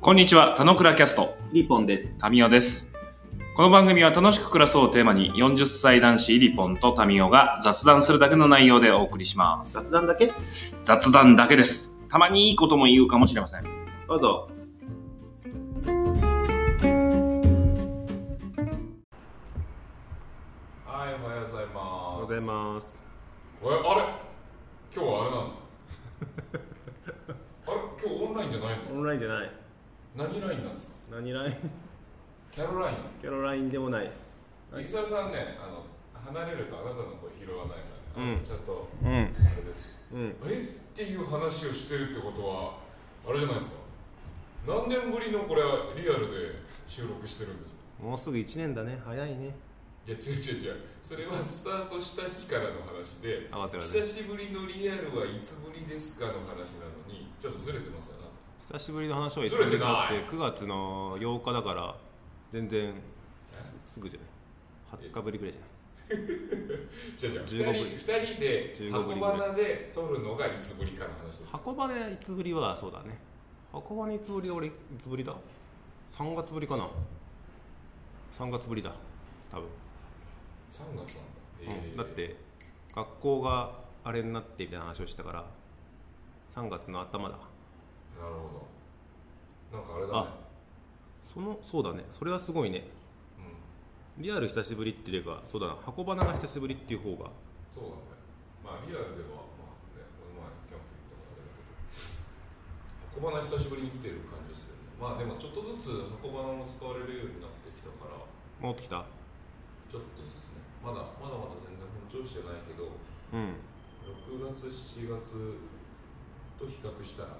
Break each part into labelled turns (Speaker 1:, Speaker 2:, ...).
Speaker 1: こんにちは、田野倉キャスト、
Speaker 2: リポンです。
Speaker 1: タミオです。この番組は楽しく暮らそうをテーマに、40歳男子リポンとタミオが雑談するだけの内容でお送りします。
Speaker 2: 雑談だけど
Speaker 1: 雑談だけです。たまにいいことも言うかもしれません。
Speaker 2: うぞ。
Speaker 3: はい、おはようござい
Speaker 2: お
Speaker 3: ます。
Speaker 2: ざいます。
Speaker 3: え、あれ今日はあれなんですか あれ今日オンラインじゃないんですか
Speaker 2: オンラインじゃない。
Speaker 3: 何ラインなんですか
Speaker 2: 何ライン
Speaker 3: キャロライン。
Speaker 2: キャロラインでもない。
Speaker 3: 三沢さんね、あの、離れるとあなたの声拾わないから、ね
Speaker 2: うん
Speaker 3: ちゃんと、
Speaker 2: うん。
Speaker 3: あれです。
Speaker 2: うん。
Speaker 3: えっていう話をしてるってことは、あれじゃないですか何年ぶりのこれ、リアルで収録してるんですか
Speaker 2: もうすぐ1年だね。早いね。
Speaker 3: いや、違う違う違う。それはスタートした日からの話で、
Speaker 2: あ、待って待って。
Speaker 3: 久しぶりのリアルはいつぶりですかの話なのにちょっとずれてますよな
Speaker 2: 久しぶりの話はいつ
Speaker 3: ずれてない
Speaker 2: だって9月の8日だから、全然すすぐじゃない。20日ぶりぐらいじ
Speaker 3: 違う違
Speaker 2: 15
Speaker 3: う2人二人で
Speaker 2: 15ぶり
Speaker 3: 箱
Speaker 2: ぐらい
Speaker 3: 花で撮るのがいつぶりかの話で
Speaker 2: ゃ
Speaker 3: す
Speaker 2: ない。運ばねいつぶりはそうだね。運ばねいつぶりだ俺、いつぶりだ ?3 月ぶりかな。3月ぶりだ。多分。
Speaker 3: 3月なんだ、え
Speaker 2: うんだって学校があれになってみたいな話をしたから3月の頭だ
Speaker 3: なるほどなんかあれだね
Speaker 2: あそのそうだねそれはすごいね
Speaker 3: うん
Speaker 2: リアル久しぶりって言えばそうだな箱花が久しぶりっていう方が
Speaker 3: そうだねまあリアルではまあねこの前キャンプ行ったからあれだけど箱花久しぶりに来てる感じでするねまあでもちょっとずつ箱花も使われるようになってきたから
Speaker 2: 戻ってきた
Speaker 3: ちょっとですねまだまだまだ全然本調子じゃないけど
Speaker 2: うん
Speaker 3: 6月7月と比較したら、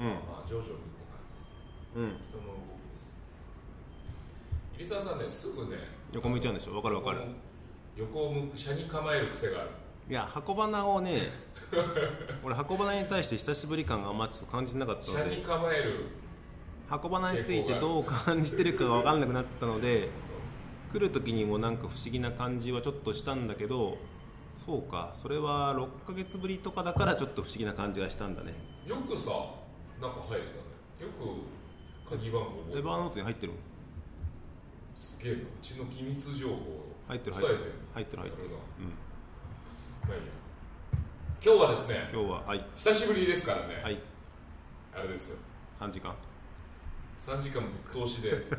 Speaker 2: うん
Speaker 3: まあ徐々にって感じですね
Speaker 2: うん
Speaker 3: 人の動きです入澤さんねすぐね
Speaker 2: 横向いちゃうんでしょわかるわかる
Speaker 3: 横を向く車に構える癖がある
Speaker 2: いや箱花を ね俺箱花に対して久しぶり感があんまちょっと感じなかった
Speaker 3: 車
Speaker 2: の
Speaker 3: に
Speaker 2: で
Speaker 3: 構える
Speaker 2: 箱花についてどう感じてるかが分かんなくなったので来る時にもなんか不思議な感じはちょっとしたんだけどそうかそれは6ヶ月ぶりとかだからちょっと不思議な感じがしたんだね
Speaker 3: よくさ中入れたねよく鍵番号
Speaker 2: エバーノ
Speaker 3: 覚えて
Speaker 2: ートに入ってるもん
Speaker 3: すげえなうちの機密情報を
Speaker 2: 入ってる入
Speaker 3: 抑
Speaker 2: って
Speaker 3: えて
Speaker 2: る入ってる入ってる、
Speaker 3: やな
Speaker 2: うん、
Speaker 3: まあいいや今日はですね
Speaker 2: 今日ははい
Speaker 3: 久しぶりですからね、
Speaker 2: はい
Speaker 3: あれですよ
Speaker 2: 3時間
Speaker 3: 3時間ぶっ通しで あの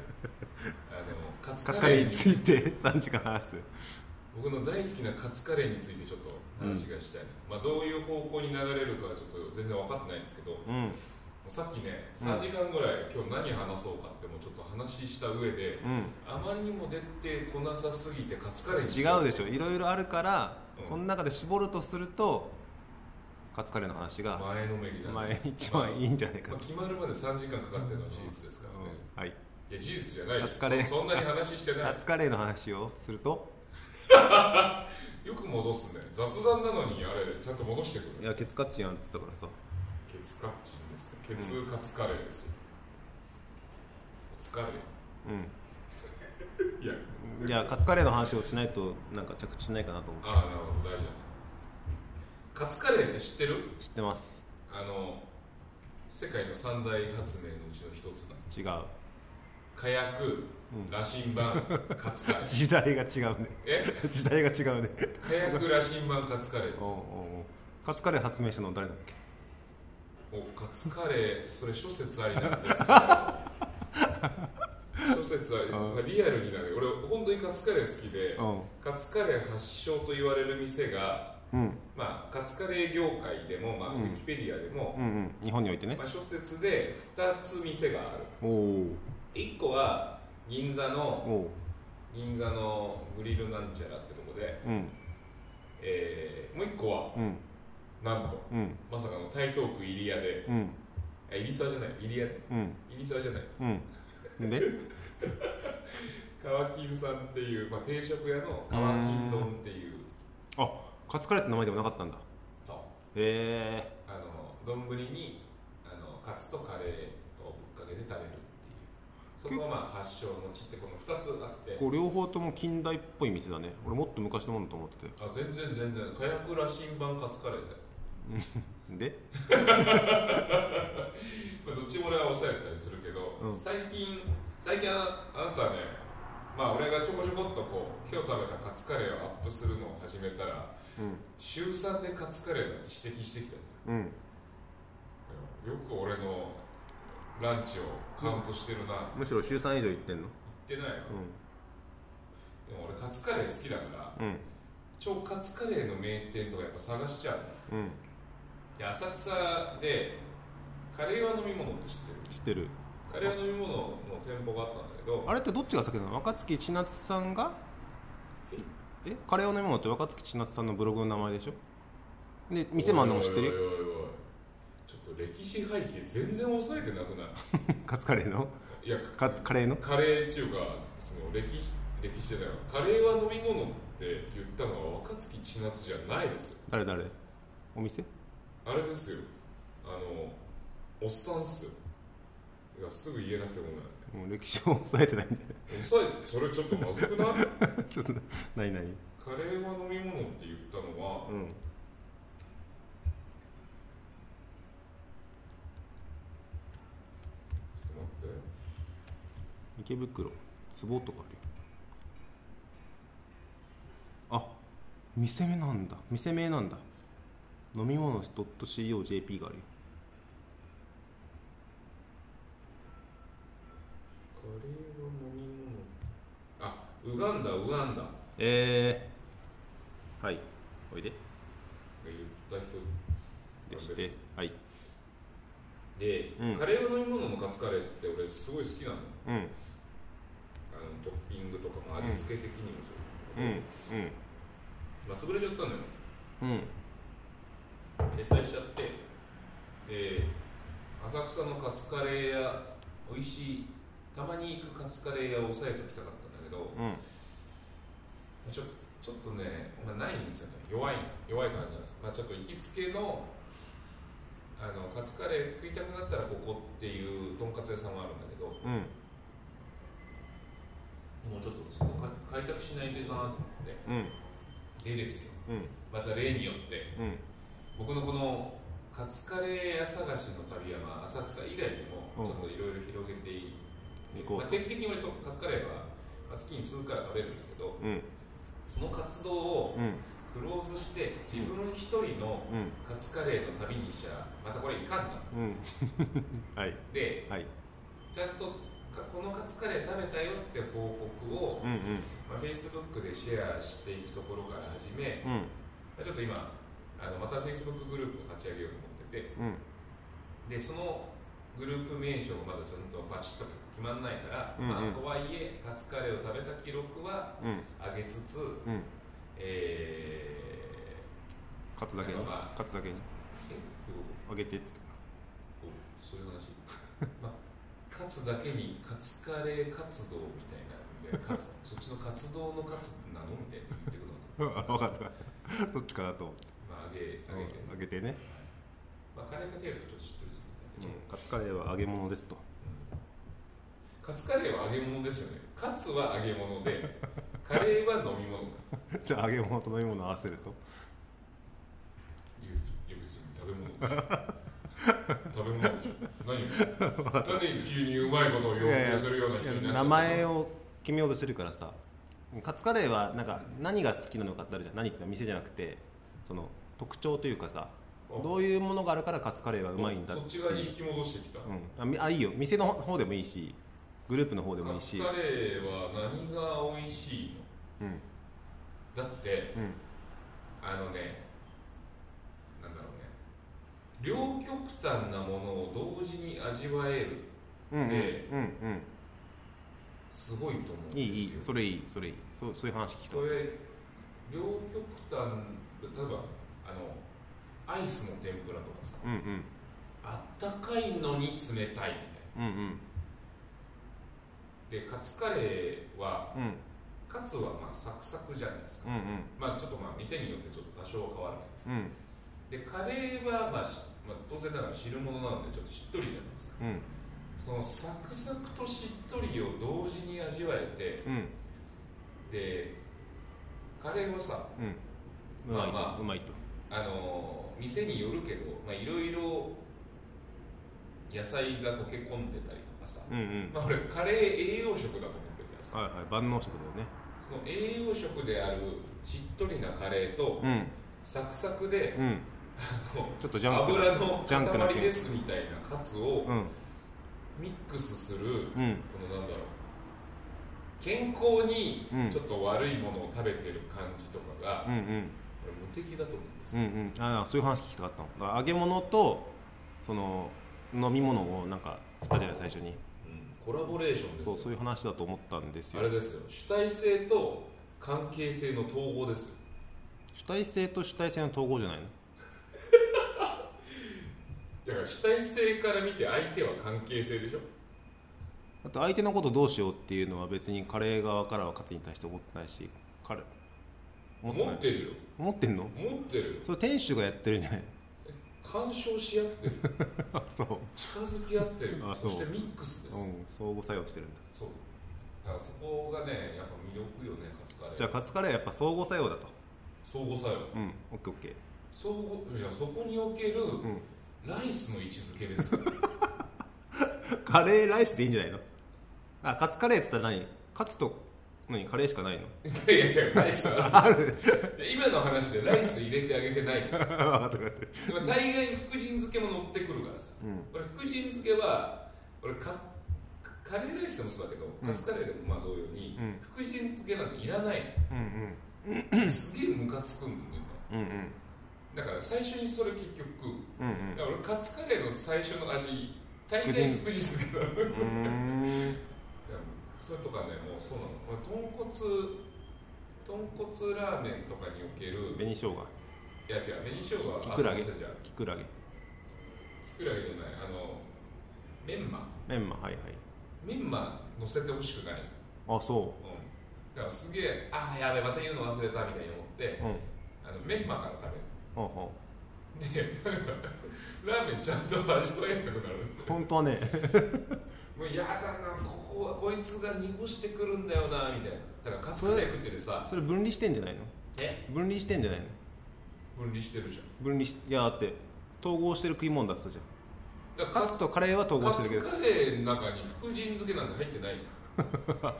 Speaker 3: カツ
Speaker 2: カツカ
Speaker 3: カレ
Speaker 2: レー
Speaker 3: ーに
Speaker 2: について3時間話す
Speaker 3: 僕の大好きなカツカレーについてちょっと話がしたいなと、まあ、どういう方向に流れるかはちょっと全然分かってないんですけども
Speaker 2: うん
Speaker 3: うさっきね
Speaker 2: うん
Speaker 3: 3時間ぐらい今日何話そうかってもうちょっと話した上で
Speaker 2: うん
Speaker 3: あまりにも出てこなさすぎてカツカレーに
Speaker 2: 違うでしょいろいろあるから、
Speaker 3: うん
Speaker 2: その中で絞るとするとカツカレーの話が
Speaker 3: 前のめりだ、
Speaker 2: 前一番いいんじゃないか
Speaker 3: まあ、
Speaker 2: な、
Speaker 3: 決まるまで3時間かかってるのは事実ですからね、
Speaker 2: はい
Speaker 3: いや事実じゃないでしょ
Speaker 2: カツカレー
Speaker 3: そそんなに話してな
Speaker 2: カ
Speaker 3: い
Speaker 2: ツカレーの話をすると
Speaker 3: よく戻すね雑談なのにあれちゃんと戻してくる
Speaker 2: いやケツカチンやんっつったからさ
Speaker 3: ケツカッチンですね。ケツカツカレーですよ。疲れ。
Speaker 2: うん
Speaker 3: いや、
Speaker 2: いやカツカレーの話をしないとなんか着地しないかなと思って
Speaker 3: ああ、なるほど、大丈夫。カツカレーって知ってる
Speaker 2: 知ってます
Speaker 3: あの、世界の三大発明のうちの一つだ。
Speaker 2: 違う
Speaker 3: 火薬、羅針盤、カ ツカレ ー。
Speaker 2: 時代が違うね
Speaker 3: え
Speaker 2: 時代が違うね
Speaker 3: 火薬、羅針盤、カツカレーです
Speaker 2: おうおう
Speaker 3: よ。
Speaker 2: おうカツカレー発明したの誰だっけ
Speaker 3: おカツカレー、それ諸説ありな んですよ。諸説あり、まあ、リアルになる。俺、本当にカツカレー好きで、
Speaker 2: う
Speaker 3: カツカレー発祥と言われる店が、
Speaker 2: んうん
Speaker 3: まあ、カツカレー業界でも、まあ
Speaker 2: うん
Speaker 3: ウィキペディアでも、
Speaker 2: うんうん日本においてね
Speaker 3: まあ、諸説で2つ店がある
Speaker 2: おお
Speaker 3: 1個は銀座の
Speaker 2: おう
Speaker 3: 銀座のグリルなんちゃらってとこで、
Speaker 2: うん
Speaker 3: えーもう1個は
Speaker 2: うん
Speaker 3: なんと
Speaker 2: うん
Speaker 3: まさかの台東区入谷で
Speaker 2: うん
Speaker 3: あ入沢じゃない入谷
Speaker 2: うん
Speaker 3: 入沢じゃない
Speaker 2: うんで
Speaker 3: 川金さんっていう、まあ、定食屋の川金丼っていう
Speaker 2: あカツカレーって名前でもなかったんだ
Speaker 3: と
Speaker 2: へえ
Speaker 3: あの丼にあのカツとカレーをぶっかけて食べるっていうそこがまあ発祥の地ってこの2つあって
Speaker 2: こう両方とも近代っぽい店だね俺もっと昔のものと思ってて
Speaker 3: あ全然全然火薬羅針盤カツカレーだよ
Speaker 2: で
Speaker 3: まあどっちも俺は抑えたりするけど、
Speaker 2: うん
Speaker 3: 最近最近ああなたねまあ俺がちょこちょこっとこう今日食べたカツカレーをアップするのを始めたら週3でカツカレーだって指摘してきた
Speaker 2: うんうん
Speaker 3: のよよく俺のランチをカウントしてるな、
Speaker 2: むしろ週3以上行ってんの
Speaker 3: 言ってないよ、でも俺カツカレー好きだから
Speaker 2: うんうん
Speaker 3: 超カツカレーの名店とかやっぱ探しちゃうの
Speaker 2: うん
Speaker 3: で浅草でカレーは飲み物って知ってる
Speaker 2: 知ってる
Speaker 3: カレーは飲み物の店舗があったんだけど
Speaker 2: あれってどっちが先なの若槻千夏さんがえカレーを飲み物って若槻千夏さんのブログの名前でしょで店もあんのも知ってる
Speaker 3: おいお
Speaker 2: よ
Speaker 3: いおいおいちょっと歴史背景全然抑えてなくない
Speaker 2: カツカレーの
Speaker 3: いや
Speaker 2: カカレーの
Speaker 3: カレーっていうかその歴史歴史じゃないわカレーは飲み物って言ったのは若槻千夏じゃないですよ
Speaker 2: 誰誰お店
Speaker 3: あれですよあのおっさんっすよいやすぐ言えなくてごめん
Speaker 2: もう歴史を 抑えてないんじ
Speaker 3: 抑えそれちょっとまずくない
Speaker 2: ゃないちょっとないない
Speaker 3: カレーは飲み物って言ったのは
Speaker 2: うん
Speaker 3: ちょっと待って
Speaker 2: 池袋壺とかあるよあ店名なんだ店名なんだ飲み物 .co.jp があるよ
Speaker 3: カレーは飲み物あウガンダウガンダ
Speaker 2: えー、はいおいで
Speaker 3: 言った人
Speaker 2: でしてはい
Speaker 3: で、
Speaker 2: うん
Speaker 3: カレーの飲み物のカツカレーって俺すごい好きなの
Speaker 2: うん
Speaker 3: あのトッピングとかも味付け的にもそう
Speaker 2: うん
Speaker 3: まあ潰れちゃったのよ
Speaker 2: うんうん
Speaker 3: 撤退しちゃってで浅草のカツカレー屋美味しいたまに行くカツカレー屋を抑えておきたかったんだけど
Speaker 2: うん
Speaker 3: ちょちょっとね、まあ、ないんですよね弱い弱い感じなんです、まあ、ちょっと行きつけのあのカツカレー食いたくなったらここっていうとんかつ屋さんはあるんだけど
Speaker 2: うん
Speaker 3: もうちょっとそこか開拓しないといけないなと思って
Speaker 2: うん
Speaker 3: でですよ
Speaker 2: うん
Speaker 3: また例によって
Speaker 2: うん
Speaker 3: 僕のこのカツカレー屋探しの旅は、まあ、浅草以外にもちょっといろいろ広げていい、
Speaker 2: 行こ
Speaker 3: まあ、定期的に俺とカツカレーはまあ月に数回は食べるんだけど
Speaker 2: ううん
Speaker 3: その活動を
Speaker 2: うん
Speaker 3: クローズして自分一人の
Speaker 2: うん
Speaker 3: カツカレーの旅にしちゃまたこれいかんな
Speaker 2: うんはい
Speaker 3: で
Speaker 2: はい
Speaker 3: ちゃんとかこのカツカレー食べたよって報告を、
Speaker 2: うんうん
Speaker 3: まあ、Facebook でシェアしていくところから始め、
Speaker 2: うん
Speaker 3: ちょっと今あのまた Facebook グループを立ち上げようと思ってて
Speaker 2: うん
Speaker 3: でそのグループ名称がまだちゃんとバチッと決まんないから、
Speaker 2: うんうん
Speaker 3: まあ、とはいえカツカレーを食べた記録は
Speaker 2: うん
Speaker 3: 上げつつ、
Speaker 2: うん
Speaker 3: え
Speaker 2: 勝つだけに勝つだけに
Speaker 3: ー、えどういうこ
Speaker 2: あげてって言って
Speaker 3: とおそうい う話まあ勝つだけにカツカレー活動みたいなのでカツそっちの活動の活なのみたいな言ってくるのと、
Speaker 2: 分かったどっちかなと思って
Speaker 3: まあ、上げ上げて、
Speaker 2: あげてね、
Speaker 3: まあ、カレーかけるとちょっと知ってるんですけどね
Speaker 2: カツカレーは揚げ物ですと
Speaker 3: カツカレーは揚げ物ですよねカツは揚げ物でカレーは飲み物だ
Speaker 2: じゃあ揚げ物と飲み物合わせると
Speaker 3: いやいや別に食べ物でしょ食べ物でしょ何をなんで急にうまいことを要求するような人になっちゃった
Speaker 2: 名前を決めようとしてるからさカツカレーはなんか何が好きなのかってあるじゃん何って店じゃなくてその特徴というかさどういうものがあるからカツカレーはうまいんだ
Speaker 3: そ
Speaker 2: っ
Speaker 3: ってち
Speaker 2: い
Speaker 3: 側に
Speaker 2: う
Speaker 3: 引き戻してきた、
Speaker 2: うんあみあいいよ店の方でもいいしグループの方でもいい
Speaker 3: カツ
Speaker 2: し
Speaker 3: カレーは何が美味しい
Speaker 2: うん
Speaker 3: のだって
Speaker 2: うん
Speaker 3: あのねなんだろうね両極端なものを同時に味わえる
Speaker 2: うんうん
Speaker 3: です
Speaker 2: う
Speaker 3: すごいと思うんです
Speaker 2: ん
Speaker 3: よ
Speaker 2: いいいいそれいいそれいいそうそういう話聞きたい
Speaker 3: これ両極端例えばあのアイスの天ぷらとかさ
Speaker 2: うんうん
Speaker 3: あったかいのに冷たい
Speaker 2: うん
Speaker 3: み
Speaker 2: うん
Speaker 3: たいなでカツカレーは
Speaker 2: うん
Speaker 3: カツはまあサクサクじゃないですか
Speaker 2: うん
Speaker 3: まあちょっとまあ店によってちょっと多少変わる
Speaker 2: うんうん
Speaker 3: けどでカレーはまあし、まあ、当然ながら汁物なのでちょっとしっとりじゃないですか
Speaker 2: うん
Speaker 3: そのサクサクとしっとりを同時に味わえて
Speaker 2: うん
Speaker 3: でカレーはさ
Speaker 2: うんうまいとうまいと
Speaker 3: あの店によるけどまあいろいろ野菜が溶け込んでたりとかさ、
Speaker 2: うんうん
Speaker 3: まあ、俺カレー栄養食だと思ってるからさ
Speaker 2: はいはい万能食だよね
Speaker 3: その栄養食であるしっとりなカレーと、
Speaker 2: うん
Speaker 3: サクサクで、
Speaker 2: うん
Speaker 3: あの
Speaker 2: ちょっとジャンクな
Speaker 3: 油の
Speaker 2: ジャンクな
Speaker 3: 塊ですみたいなカツを
Speaker 2: うん
Speaker 3: ミックスする、
Speaker 2: うん
Speaker 3: このなんだろう健康に
Speaker 2: うん
Speaker 3: ちょっと悪いものを食べてる感じとかが、
Speaker 2: うんうん
Speaker 3: これ無敵だと思うんです
Speaker 2: うん
Speaker 3: よ、
Speaker 2: うんああそういう話聞きたかったのだから揚げ物とその飲み物をなんか振ったじゃない最初に
Speaker 3: うんコラボレーションですよ
Speaker 2: そうそういう話だと思ったんです
Speaker 3: あれ
Speaker 2: よ
Speaker 3: ですよ主体性と関係性の統合ですよ
Speaker 2: 主体性と主体性の統合じゃないの
Speaker 3: だから主体性から見て相手は関係性でしょ
Speaker 2: だって相手のことどうしようっていうのは別にカレー側からは勝つに対して思ってないし彼
Speaker 3: 持
Speaker 2: 思ってない
Speaker 3: ってるよ
Speaker 2: 思ってんの
Speaker 3: 持ってるよ
Speaker 2: それ店主がやってるんじゃない
Speaker 3: 干渉し 合ってる
Speaker 2: そう、
Speaker 3: 近づき合ってる
Speaker 2: あ
Speaker 3: そ
Speaker 2: そう
Speaker 3: してミックスです、
Speaker 2: うん、相互作用してるんだ
Speaker 3: そうだからそこがねやっぱ魅力よねカツカレー
Speaker 2: じゃあカツカレーはやっぱ相互作用だと
Speaker 3: 相互作用
Speaker 2: うんオッケーオッケー
Speaker 3: 相互じゃあそこにおける
Speaker 2: ん
Speaker 3: ライスの位置づけですよ
Speaker 2: カレーライスでいいんじゃないのあカツカレーっつったら何カツと何カレーしかないの
Speaker 3: いやいやライス ある今の話でライス入れてあげてないから
Speaker 2: 分かった分かった
Speaker 3: でも大概福神漬けも乗ってくるからさ
Speaker 2: うん
Speaker 3: 俺福神漬けは俺カカレーライスでもそうだけどカツカレーでもまあ同様に、
Speaker 2: うん
Speaker 3: 福神漬けなんていらない
Speaker 2: うん
Speaker 3: すげえムカつくんだよね
Speaker 2: うんうんうん
Speaker 3: だから最初にそれ結局
Speaker 2: うん
Speaker 3: だから俺カツカレーの最初の味大概福神漬けなのいや
Speaker 2: うんう
Speaker 3: それとかねもうそうなのこれ豚骨豚骨ラーメンとかにおけ
Speaker 2: ーん
Speaker 3: る
Speaker 2: 紅生姜
Speaker 3: いや違う紅生姜は
Speaker 2: きくらげ
Speaker 3: あごめんなさいじゃあ
Speaker 2: きくらげ
Speaker 3: きくらげじゃないあのメンマ
Speaker 2: メンマはいはい
Speaker 3: メンマ乗せてほしくない、うん、
Speaker 2: あそ
Speaker 3: だからすげえああやべまた言うの忘れたみたいに思って
Speaker 2: ううん
Speaker 3: あのメンマから
Speaker 2: ほうほ
Speaker 3: 食べるでだからラーメンちゃんと味わえなくなる
Speaker 2: う本当はね
Speaker 3: もうやだなここはこいつが濁してくるんだよなみたいなだからカツカレー食っててさ
Speaker 2: それ分離してんじゃないの
Speaker 3: え
Speaker 2: 分離してんじゃないの
Speaker 3: 分離してるじゃん
Speaker 2: 分離しいやだって統合してる食い物だって言ったじゃ
Speaker 3: だ
Speaker 2: ん
Speaker 3: か
Speaker 2: カツとカレーは統
Speaker 3: ら
Speaker 2: 合
Speaker 3: カ
Speaker 2: して
Speaker 3: ツ
Speaker 2: るけど
Speaker 3: カレーの中に福神漬けなんて入ってないじ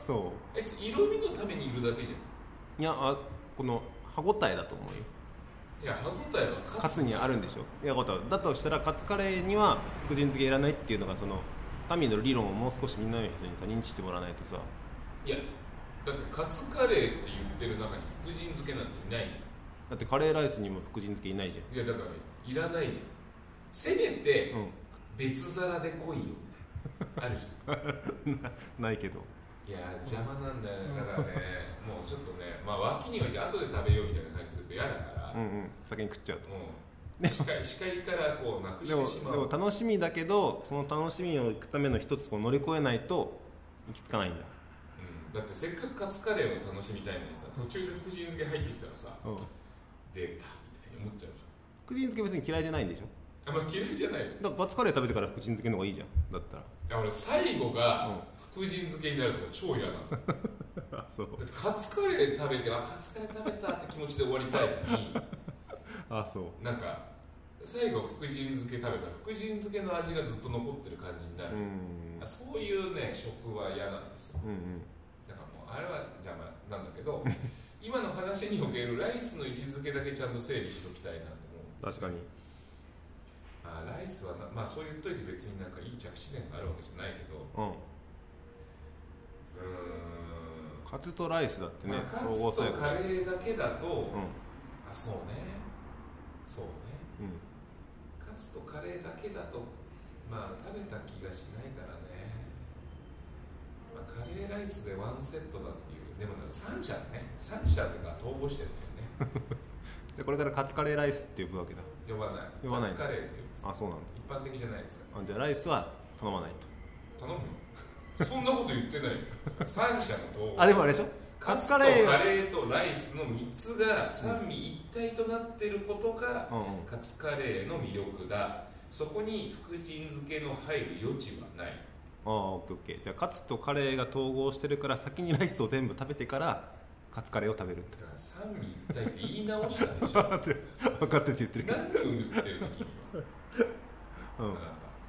Speaker 2: そ
Speaker 3: ゃんあいつ色味のためにいるだけじゃ
Speaker 2: ういやあこの歯応えだと思うよ
Speaker 3: んいや歯応えはカツ
Speaker 2: カツにあるんでしょいやことはだとしたらカツカレーには福神漬けいらないっていうのがその民の理論をもう少しみんなの人にさ認知してもらわないとさ
Speaker 3: いやだってカツカレーって言ってる中に福神漬けなんていないじゃ
Speaker 2: だってカレーライスにも福神漬けいないじ
Speaker 3: んいやだからいらないじゃんせめて
Speaker 2: ゃん
Speaker 3: 別皿で来いよみたいなあるじゃん
Speaker 2: うんないけど
Speaker 3: いやー邪魔なんだよねだからねもうちょっとねまあ脇に置いて後で食べようみたいな感じすると嫌だから、
Speaker 2: うんうん先に食っちゃうと
Speaker 3: もう視界視界からこうなくし
Speaker 2: でも
Speaker 3: てしま
Speaker 2: でも
Speaker 3: う
Speaker 2: 楽しみだけどその楽しみを行くための一つを乗り越えないと行き着かないんだ
Speaker 3: うん、だってせっかくカツカレーを楽しみたいのにさ途中で福神漬け入ってきたらさ
Speaker 2: うん
Speaker 3: 出たみたいに思っちゃうじ
Speaker 2: 福神漬け別に嫌いじゃないんでしょ
Speaker 3: ゃんあんま嫌いじゃないよ
Speaker 2: だからガツカレー食べてから福神漬けの方がいいじゃんだったら
Speaker 3: いや俺最後
Speaker 2: うん
Speaker 3: が福神漬けになるとか超嫌なのだっ
Speaker 2: あそう
Speaker 3: てカツカレー食べてあカツカレー食べたって気持ちで終わりたいのに
Speaker 2: あそう
Speaker 3: なんか最後福神漬け食べたら福神漬けの味がずっと残ってる感じになる
Speaker 2: うん
Speaker 3: あそういうね食は嫌なんですよ
Speaker 2: うんうん
Speaker 3: だからもうあれは邪魔なんだけど今の話におけるライスの位置づけだけちゃんと整理しときたいなと思う
Speaker 2: 確かに
Speaker 3: あライスはなまあそう言っといて別になんかいい着地点があるわけじゃないけど
Speaker 2: う
Speaker 3: う
Speaker 2: ん
Speaker 3: ーん
Speaker 2: カツとライスだってね
Speaker 3: まあカツ
Speaker 2: 総合
Speaker 3: と
Speaker 2: 作用
Speaker 3: カレーだけだと、
Speaker 2: うん
Speaker 3: あそうねそう
Speaker 2: う
Speaker 3: ね
Speaker 2: ん
Speaker 3: カツとカレーだけだとまあ食べた気がしないからね、まあ、カレーライスでワンセットだっていうでもなんか3社ね3社が統合してるんだよね
Speaker 2: でこれからカツカレーライスって呼ぶわけだ
Speaker 3: 呼ばない
Speaker 2: 呼ばない
Speaker 3: カツカレーって言うんです
Speaker 2: あそうなんだ
Speaker 3: 一般的じゃないですか
Speaker 2: あじゃあライスは頼まないと
Speaker 3: 頼むよそんなこと言って ないよ3社の統合
Speaker 2: あでもあれでしょカツカレー
Speaker 3: カツとカレーとライスの3つが三位一体となってることが
Speaker 2: うんうん
Speaker 3: カツカレーの魅力だそこに福神漬けの入る余地はない
Speaker 2: ああオッケーオッケーじゃあカツとカレーが統合してるから先にライスを全部食べてからカツカレーを食べるって
Speaker 3: だから三位一体って言い直したでしょ
Speaker 2: 分かってて言ってるけど、
Speaker 3: 何を言ってるの君は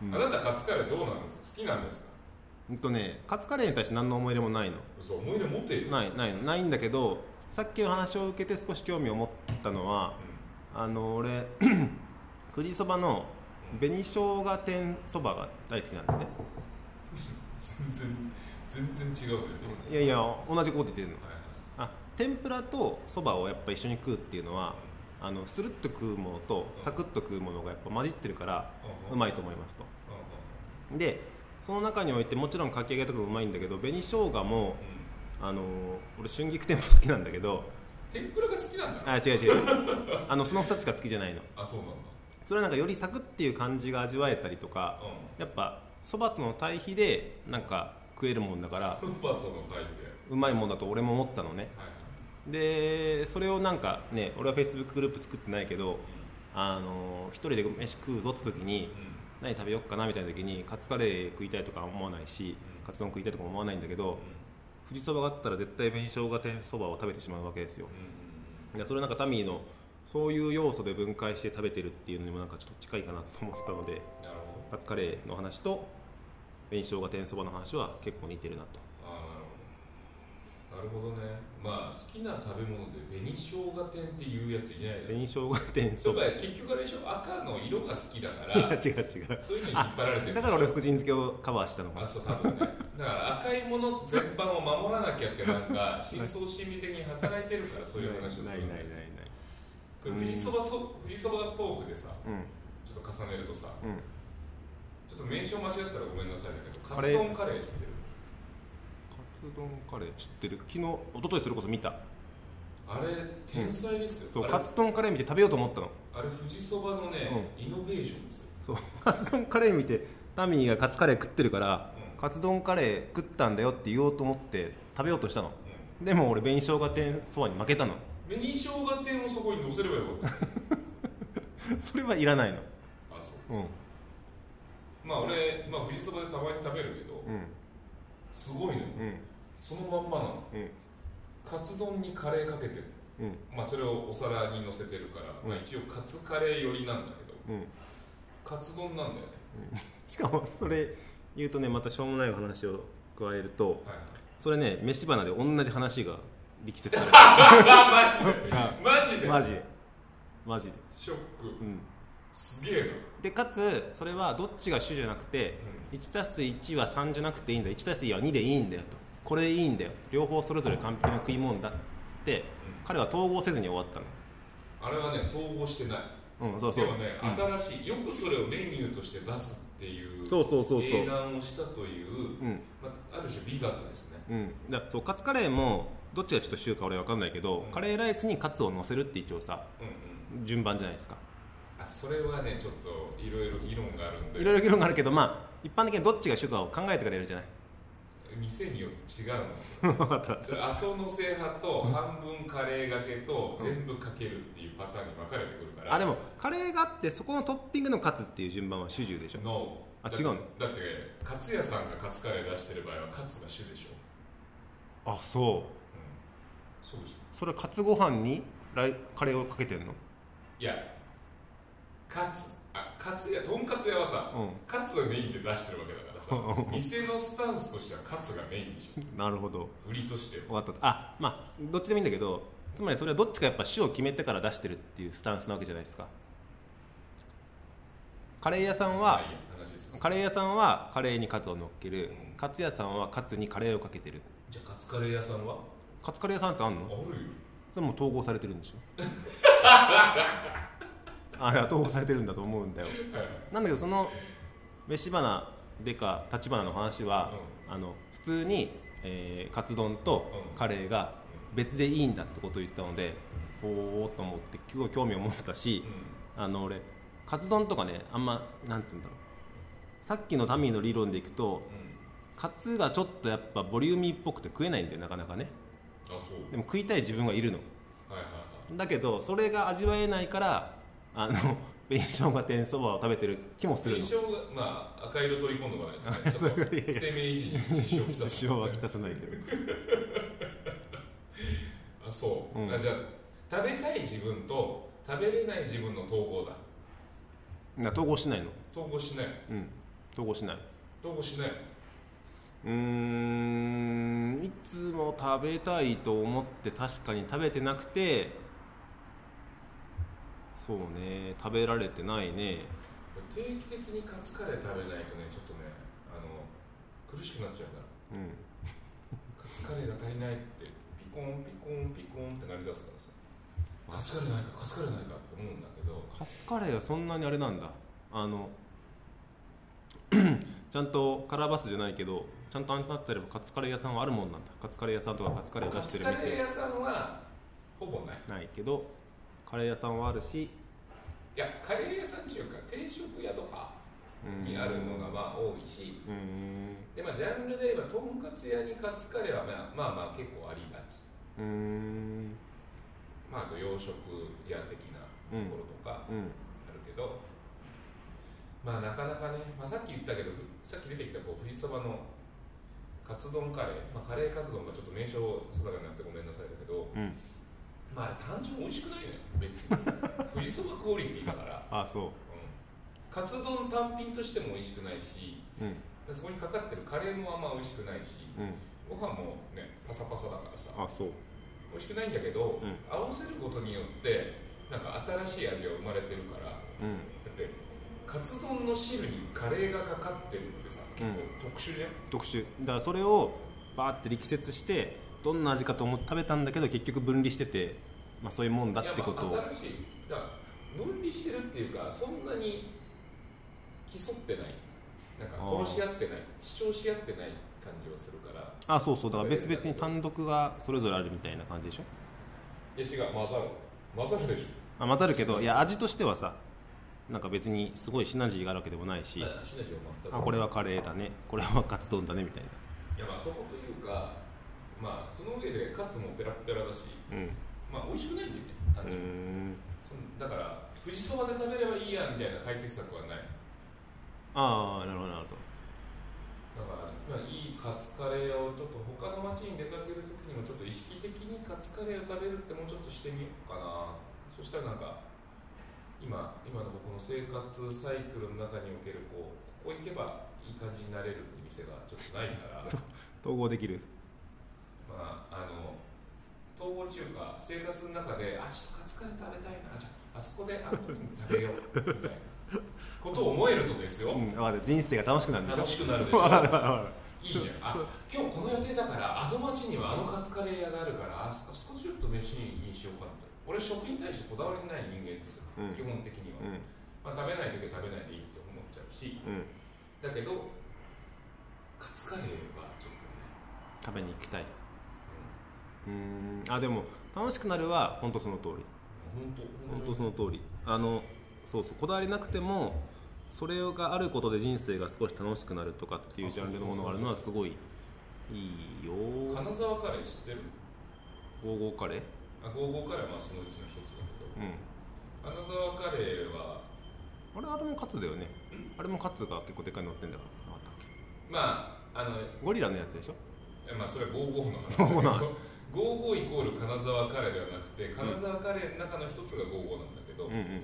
Speaker 2: うん
Speaker 3: あなた、
Speaker 2: うん
Speaker 3: あなたカツカレーどうなんですか好きなんですか
Speaker 2: うんとねカツカレーに対して何の思い入れもないの
Speaker 3: 嘘思い出持ってるよ、
Speaker 2: ないないないんだけどさっきの話を受けて少し興味を持ったのはあの俺 富士そばの紅生姜天そばが大好きなんですね
Speaker 3: うん、全然全然違うのよね、
Speaker 2: いやいや同じこと言ってるの
Speaker 3: はいはい
Speaker 2: あ天ぷらとそばをやっぱ一緒に食うっていうのはあのスルッと食うものとサクッと食うものがやっぱ混じってるからうまいと思いますと
Speaker 3: うんうん
Speaker 2: でその中においてもちろんかき揚げとかもうまいんだけど紅生姜も
Speaker 3: うん
Speaker 2: あの俺春菊天も好きなんだけど
Speaker 3: 天ぷらが好きなんだ
Speaker 2: あ違う違うあのその2つしか好きじゃないの
Speaker 3: あそうなんだ
Speaker 2: それはなんかよりサクッっていう感じが味わえたりとか
Speaker 3: う
Speaker 2: やっぱそばとの対比でなんか食えるもんだか
Speaker 3: ん
Speaker 2: ら
Speaker 3: スーパーとの対比で
Speaker 2: うまいもんだと俺も思ったのね
Speaker 3: はいはい
Speaker 2: でそれをなんかね俺は Facebook グループ作ってないけどあの一人で飯食うぞって時に
Speaker 3: うんうん
Speaker 2: 何食べよっかなみたいな時にカツカレー食いたいとか思わないし
Speaker 3: うん
Speaker 2: カツ丼食いたいとか思わないんだけど富士そばがあったら絶対紅生姜天そばを食べてしまうわけですよ
Speaker 3: うんうん
Speaker 2: でそれなんかタミーのそういう要素で分解して食べてるっていうのにもなんかちょっと近いかなと思ったので
Speaker 3: なるほ
Speaker 2: カ
Speaker 3: ど
Speaker 2: ツカレーの話と紅生姜天そばの話は結構似てるなと
Speaker 3: ああなるほどなるほどねまあ好きな食べ物で紅生姜天っていうやついないだろ
Speaker 2: 紅生姜天そ
Speaker 3: そ
Speaker 2: ばいう
Speaker 3: か結局あれでしょ赤の色が好きだか
Speaker 2: や
Speaker 3: ら
Speaker 2: 違う違う
Speaker 3: そういうのに引っ張られてる
Speaker 2: だから俺福神漬けをカバーしたのか
Speaker 3: あ
Speaker 2: な
Speaker 3: そう多分ねだから赤いもの全般を守らなきゃってなんか深層心理的に働いてるからそういう話をす
Speaker 2: ない
Speaker 3: る
Speaker 2: ない
Speaker 3: んだ
Speaker 2: ない
Speaker 3: よ
Speaker 2: ないない
Speaker 3: これ富士そばそ富士そばトークでさ
Speaker 2: う
Speaker 3: ちょっと重ねるとさ
Speaker 2: んうん
Speaker 3: ちょっと名称間違ったらごめんなさいだけどカ
Speaker 2: カ
Speaker 3: ツ
Speaker 2: レー
Speaker 3: 丼カレーしてる
Speaker 2: カツ丼カレー知ってる昨日一昨日それこそ見た
Speaker 3: あれ天才ですよ、
Speaker 2: そう
Speaker 3: あれ
Speaker 2: カツ丼カレー見て食べようと思ったの
Speaker 3: あれ富士そばのね、イノベーションですよ
Speaker 2: そうカツ丼カレー見てタミーがカツカレー食ってるから、
Speaker 3: うん
Speaker 2: カツ丼カレー食ったんだよって言おうと思って食べようとしたの
Speaker 3: う
Speaker 2: でも俺紅生姜天そばに負けたの
Speaker 3: ん紅生姜天をそこに乗せればよかった
Speaker 2: それはいらないの
Speaker 3: あそう
Speaker 2: うん
Speaker 3: まあ俺、まあ、富士そばでたまに食べるけど
Speaker 2: うん
Speaker 3: すごいのよ
Speaker 2: うん
Speaker 3: そのまんまなの
Speaker 2: うん
Speaker 3: カツ丼にカレーかけてる
Speaker 2: うん
Speaker 3: まあそれをお皿に乗せてるから、
Speaker 2: うん
Speaker 3: まあ、一応カツカレー寄りなんだけど
Speaker 2: うん
Speaker 3: カツ丼なんだよね
Speaker 2: しかもそれ言うとねまたしょうもない話を加えると
Speaker 3: はい
Speaker 2: それね飯花で同じ話が力説さ れ
Speaker 3: あ マジでマジ
Speaker 2: るマジ
Speaker 3: で
Speaker 2: でマジで
Speaker 3: ショック
Speaker 2: うん
Speaker 3: すげえな
Speaker 2: でかつそれはどっちが主じゃなくて 1+1 は3じゃなくていいんだ 1+1 は2でいいんだよとこれでいいんだよ両方それぞれ完璧な食い物だっつって彼は統合せずに終わった
Speaker 3: あれはね統合してない
Speaker 2: のうんそうそう、
Speaker 3: でもね、
Speaker 2: うん
Speaker 3: 新しいよくそれをメニューとして出すっていう
Speaker 2: そうそうそうそう
Speaker 3: 英断をしたという、
Speaker 2: うん
Speaker 3: まあ、ある種美学ですね
Speaker 2: うん、だそうカツカレーもどっちがちょっと主か俺分かんないけど、
Speaker 3: うん
Speaker 2: カレーライスにカツを乗せるって一応さ
Speaker 3: うんうん
Speaker 2: 順番じゃないですか
Speaker 3: あそれはねちょっといろいろ議論があるんで
Speaker 2: いろいろ議論があるけどまあ一般的にどっちが主かを考えてからやるじゃない
Speaker 3: 店によって違うの
Speaker 2: 分 かった
Speaker 3: それ後乗せ派と半分カレーがけと全部かけるっていうパターンに分かれてくるから
Speaker 2: あでもカレーがあってそこのトッピングのカツっていう順番は主従でしょ
Speaker 3: NO
Speaker 2: あ
Speaker 3: だって
Speaker 2: 違うの
Speaker 3: だってカツ屋さんがカツカレー出してる場合はカツが主でしょ、
Speaker 2: あそう
Speaker 3: うん、そうでしょ
Speaker 2: それカツご飯にライカレーをかけてんの
Speaker 3: いやカツあカツ屋とんかつ屋はさ、
Speaker 2: うん
Speaker 3: カツがメインで出してるわけだか らさ店のスタンスとしてはカツがメインでしょ
Speaker 2: なるほど
Speaker 3: 売りとしては
Speaker 2: 終わったあまあどっちでもいいんだけどつまりそれはどっちかやっぱ種を決めてから出してるっていうスタンスなわけじゃないですかカレー屋さん
Speaker 3: まあ
Speaker 2: はい
Speaker 3: いや話です
Speaker 2: カレー屋さんはカレーにカツを乗っける
Speaker 3: うん
Speaker 2: カツ屋さんはカツにカレーをかけてる
Speaker 3: じゃあカツカレー屋さんは
Speaker 2: カツカレー屋さんってあん
Speaker 3: ある
Speaker 2: の
Speaker 3: よ
Speaker 2: それもう統合されてるん でしょあれは統合されてるんだと思うんだよなんだけどその飯花でか立花の話は、あの普通に、えーカツ丼と
Speaker 3: うん
Speaker 2: カレーが別でいいんだってことを言ったので、おおっと思ってすごい興味を持ったし
Speaker 3: う、ん
Speaker 2: あの俺カツ丼とかねあんまなんつうんだろうさっきのタミーの理論でいくと
Speaker 3: う
Speaker 2: カツがちょっとやっぱボリューミーっぽくて食えないんだよなかなかね
Speaker 3: んあそう
Speaker 2: でも食いたい自分はいるの
Speaker 3: はいはいはい
Speaker 2: だけどそれが味わえないからあの 紅生姜天そばを食べてる気もする
Speaker 3: 印
Speaker 2: の
Speaker 3: 象が、まあ、赤色取り込んどか ないとね、ちょっと生命維持に支障をきたす
Speaker 2: 塩はきたさないけど
Speaker 3: あ そう、
Speaker 2: うん
Speaker 3: あじゃあ食べたい自分と食べれない自分の統合だ
Speaker 2: な統合しないの
Speaker 3: 統合しない
Speaker 2: うん統合しない
Speaker 3: 統合しないう
Speaker 2: ーんいつも食べたいと思って確かに食べてなくてそうね食べられてないね
Speaker 3: 定期的にカツカレー食べないとねちょっとねあの苦しくなっちゃうから
Speaker 2: う
Speaker 3: カツカレーが足りないってピコンピコンピコンってなりだすからさカツカレーないかカツカレーないかって思うんだけど
Speaker 2: んカツカレーはそんなにあれなんだあの ちゃんとカラーバスじゃないけどちゃんとあんなってればカツカレー屋さんはあるもんなんだカツカレー屋さんとかカツカレーを
Speaker 3: カ
Speaker 2: 出し
Speaker 3: ツ
Speaker 2: てる
Speaker 3: カレー
Speaker 2: 店
Speaker 3: 屋さんはほぼない
Speaker 2: ないけどカレー屋さんはあるし、
Speaker 3: いやカレー屋さん中華定食屋とか
Speaker 2: うん、
Speaker 3: にあるのがまあ多いし
Speaker 2: うん
Speaker 3: でまあジャンルで言えばとんかつ屋にカツカレーはまあまあまあ結構ありがち
Speaker 2: うん
Speaker 3: まああと洋食屋的なところとか、
Speaker 2: うん
Speaker 3: あるけどまあなかなかね、まあ、さっき言ったけどさっき出てきたこう富士そばのカツ丼カレー、まあ、カレーカツ丼がちょっと名称定かじゃなくてごめんなさいだけど
Speaker 2: うん
Speaker 3: まああれ単純に美味しくないのよ別に 富士そばクオリティだから、
Speaker 2: あそ
Speaker 3: うん、カツ丼単品としても美味しくないし
Speaker 2: ううん
Speaker 3: でそこにかかってるカレーもあんま美味しくないし
Speaker 2: うん
Speaker 3: ご飯もねパサパサだからさ
Speaker 2: あそう
Speaker 3: 美味しくないんだけど、
Speaker 2: うん
Speaker 3: 合わせることによってなんか新しい味が生まれてるから
Speaker 2: うん
Speaker 3: だってカツ丼の汁にカレーがかかってるってさ結構特殊じゃん、
Speaker 2: 特殊だからそれをバーって力説してどんな味かと思って食べたんだけど結局分離してて、まあ、そういうもんだってこと
Speaker 3: い
Speaker 2: を
Speaker 3: やまあ新しいだから分離してるっていうかそんなに競ってないなんか
Speaker 2: あー
Speaker 3: 殺し合ってない主張し合ってない感じはするから
Speaker 2: あそうそうだから別々に単独がそれぞれあるみたいな感じでしょ
Speaker 3: いや違う混ざる混ざるでしょ
Speaker 2: あ混ざるけどいや味としてはさなんか別にすごいシナジーがあるわけでもないし
Speaker 3: まあシナジーは全く
Speaker 2: あこれはカレーだねこれはカツ丼だねみたい
Speaker 3: いやまあそこというかまあその上でカツもペラッペラだし
Speaker 2: なうん
Speaker 3: まあ美味しくないんだよね単
Speaker 2: うー
Speaker 3: 純に
Speaker 2: ん
Speaker 3: そのだから富士そばで食べればいいやみたいな解決策はない
Speaker 2: ああなるほどなるほど
Speaker 3: だから、まあ、いいカツカレーをちょっと他の町に出かける時にもちょっと意識的にカツカレーを食べるってもうちょっとしてみようかなそしたらなんか今今の僕の生活サイクルの中におけるこうここ行けばいい感じになれるって店がちょっとないから
Speaker 2: 統合できる
Speaker 3: まああの統合中華生活の中であちょっとカツカレー食べたいなあじゃああそこであの時に食べようみたいなことを思えるとですよ
Speaker 2: うんあ人生が楽しくなるんでしょ
Speaker 3: 楽しく なるでしょ
Speaker 2: わかるわかるわかる
Speaker 3: いいじゃんあ今日この予定だからあの町にはあのカツカレー屋があるからあそあそこちょっと飯にしようかなと俺食に対してこだわりない人間ですよ、
Speaker 2: うん
Speaker 3: 基本的には、まあ、食べない時は食べないでいいって思っちゃうし
Speaker 2: うんうん
Speaker 3: だけどカツカレーはちょっとね、
Speaker 2: 食べに行きたいううーんあでも楽しくなるは本当その通り
Speaker 3: ん、本当
Speaker 2: 本当その通りあのそうそうこだわりなくてもそれがあることで人生が少し楽しくなるとかっていうジャンルのものがあるのはすごいいいよ
Speaker 3: 金沢カレー知ってる
Speaker 2: ゴーゴーカレー
Speaker 3: あゴーゴーカレーはまあそのうちの一つだけ
Speaker 2: う
Speaker 3: ど
Speaker 2: ん
Speaker 3: 金沢カレーは
Speaker 2: あれあれもカツだよねあれもカツが結構でかいの乗ってんだからなかったっけ
Speaker 3: まああの
Speaker 2: ゴリラのやつでしょ
Speaker 3: えまあそれは55の話だけど55イコール金沢カレーではなくて金沢カレーの中の一つが55なんだけど、
Speaker 2: うんうん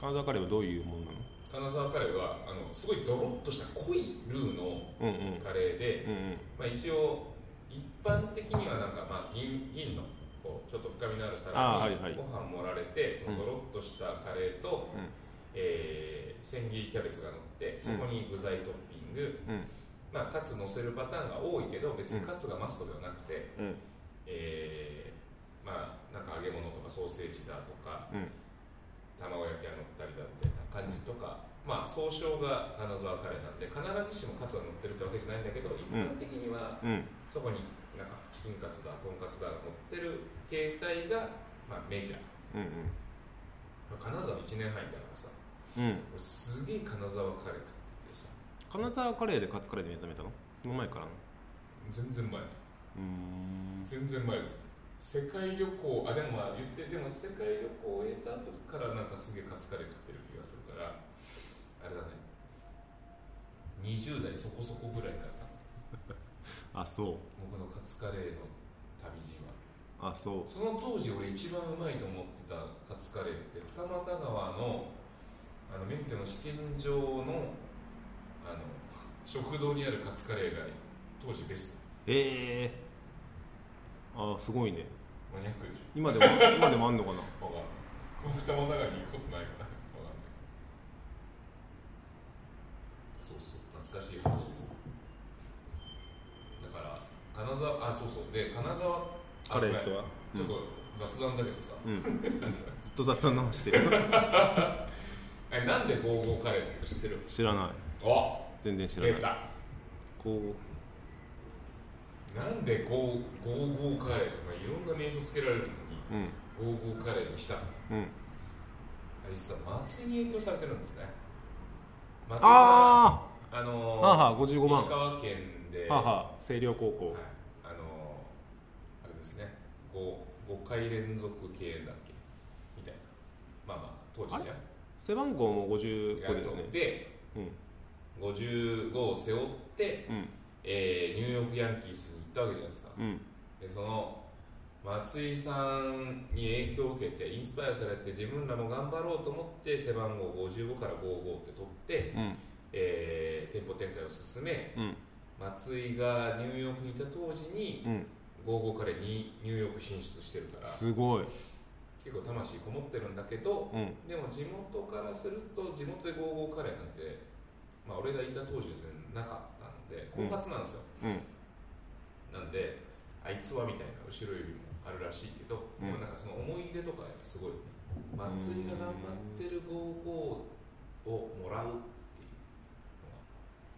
Speaker 2: カナダカレーはどういうものなの
Speaker 3: 金沢カレーはあのすごいドロッとした濃いルーの
Speaker 2: うんうん
Speaker 3: カレーで、
Speaker 2: うんうん
Speaker 3: まあ、一応一般的にはなんか、まあ、銀銀のこうちょっと深みのある皿
Speaker 2: あーはい
Speaker 3: に
Speaker 2: はい
Speaker 3: ご飯盛られてそのドロッとしたカレーと、
Speaker 2: うん
Speaker 3: えー千切りキャベツが乗ってそこに具材トッピング、
Speaker 2: うん
Speaker 3: まあ、カツ乗せるパターンが多いけど別にカツがマストではなくて、
Speaker 2: うん
Speaker 3: えーまあなんか揚げ物とかソーセージだとか
Speaker 2: うん
Speaker 3: 卵焼きが乗ったりだみたいな感じとか、まあ総称が金沢カレーなんで必ずしもカツが乗ってるってわけじゃないんだけど一般的には
Speaker 2: うん
Speaker 3: そこになんかチキンカツだとんかつだが乗ってる形態が、まあ、メジャ
Speaker 2: う
Speaker 3: ー、
Speaker 2: ん
Speaker 3: まあ金沢1年半いたからさ
Speaker 2: うんうん
Speaker 3: 俺すげえ金沢カレー食っててさ
Speaker 2: 金沢カレーでカツカレーで目覚めたのその前からの
Speaker 3: 全然前
Speaker 2: うーん
Speaker 3: 全然前です世界旅行あでもまあ言ってでも世界旅行を終えた後からなんかすげえカツカレー食ってる気がするからあれだね20代そこそこぐらいから
Speaker 2: あ
Speaker 3: な
Speaker 2: そう
Speaker 3: 僕のカツカレーの旅路は
Speaker 2: あそ
Speaker 3: その当時俺一番うまいと思ってたカツカレーって二俣川のあのメンテの試験場のあの食堂にあるカツカレーが当時ベス
Speaker 2: うへえあすごいね
Speaker 3: トマニアックでしょ
Speaker 2: 今でも今でもあんのかな
Speaker 3: 僕は僕二俣川に行くことないから分かんないそうそう懐かしい話ですだから金沢あそうそうで金沢あ
Speaker 2: カレーとは
Speaker 3: ごめんちょっと雑談だけどさ、
Speaker 2: うんずっと雑談の話してる
Speaker 3: えなんでゴーゴーカレーっていうか知ってる
Speaker 2: 知らない
Speaker 3: お
Speaker 2: 全然知ら
Speaker 3: 出
Speaker 2: ない
Speaker 3: た
Speaker 2: こ
Speaker 3: なんでゴーゴーゴーカレーとかいろんな名称つけられるのに
Speaker 2: ううん
Speaker 3: ゴーゴーカレーにしたの
Speaker 2: うん
Speaker 3: あ実は松井に影響されてるんですね松井さん
Speaker 2: あ
Speaker 3: あ
Speaker 2: あ
Speaker 3: のー
Speaker 2: はあはあ55万
Speaker 3: 石
Speaker 2: は
Speaker 3: 川県で、
Speaker 2: あはあ星稜高校
Speaker 3: はいあのーあれですね 5, 5回連続経営だっけみたいなまあまあ当時じゃん
Speaker 2: 背番号も55
Speaker 3: い
Speaker 2: で
Speaker 3: や
Speaker 2: す
Speaker 3: そう
Speaker 2: ね
Speaker 3: で
Speaker 2: うん
Speaker 3: 55を背負って、
Speaker 2: うん
Speaker 3: えーニューヨークヤンキースに行ったわけじゃないですか
Speaker 2: うん
Speaker 3: でその松井さんに影響を受けてインスパイアされて自分らも頑張ろうと思って背番号55から55って取って、
Speaker 2: うん
Speaker 3: えー店舗展開を進め
Speaker 2: うん
Speaker 3: 松井がニューヨークにいた当時に
Speaker 2: うん
Speaker 3: 55からにニューヨーク進出してるから結
Speaker 2: すごい
Speaker 3: 構魂こもってるんだけど
Speaker 2: うん
Speaker 3: でも地元からすると地元で55カレーなんて、まあ、俺がいた当時は全然なかったので後発なんですよ、
Speaker 2: うん
Speaker 3: なんであいつはみたいな後ろ指もあるらしいけど、
Speaker 2: うん
Speaker 3: でもなんかその思い入れとかやっぱすごい松井が頑張ってる55をもらうっていうのが